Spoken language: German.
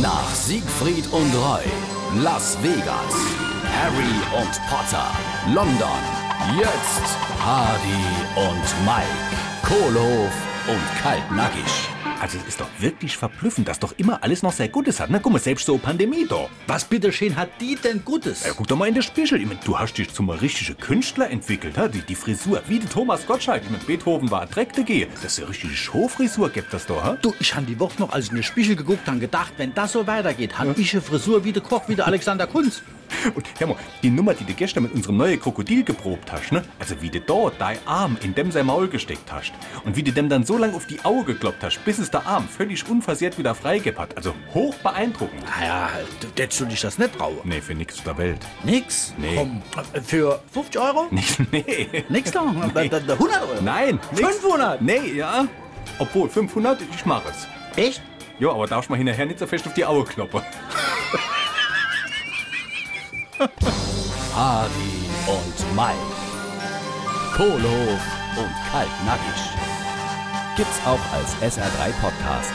Nach Siegfried und Roy, Las Vegas, Harry und Potter, London, jetzt Hardy und Mike, Kohlhof und Kaltnackig. Also es ist doch wirklich verblüffend, dass doch immer alles noch sehr Gutes hat. Na guck mal, selbst so eine Pandemie da. Was bitteschön hat die denn Gutes? Ja, guck doch mal in den Spiegel. Ich mein, du hast dich zum richtigen Künstler entwickelt. Ha? Die, die Frisur, wie der Thomas Gottschalk mit Beethoven war, direkt gehe. Das ist eine richtige Showfrisur, gibt das da, ha? Du, ich habe die Woche noch, als ich in den Spiegel geguckt habe, gedacht, wenn das so weitergeht, habe ich eine Frisur wie der Koch, wie der Alexander Kunz. Und hör mal, die Nummer, die du gestern mit unserem neuen Krokodil geprobt hast, ne? Also wie du da dein Arm in dem sein Maul gesteckt hast. Und wie du dem dann so lang auf die Auge gekloppt hast, bis es der Arm völlig unversehrt wieder freigeb hat. Also hoch beeindruckend. Naja, du hättest du dich das nicht trauen. Nee, für nix auf der Welt. Nix? Nee. Komm, äh, für 50 Euro? nee. Nix da? Äh, Nee. Da- da- 100 Euro? Nein. nix. 500? Nee, ja. Obwohl, 500, ich mach es. Echt? Ja, aber darfst mal hinterher nicht so fest auf die Auge kloppen. Hardy und Mike. Kohlof und Kaltnackig. Gibt's auch als SR3 Podcast.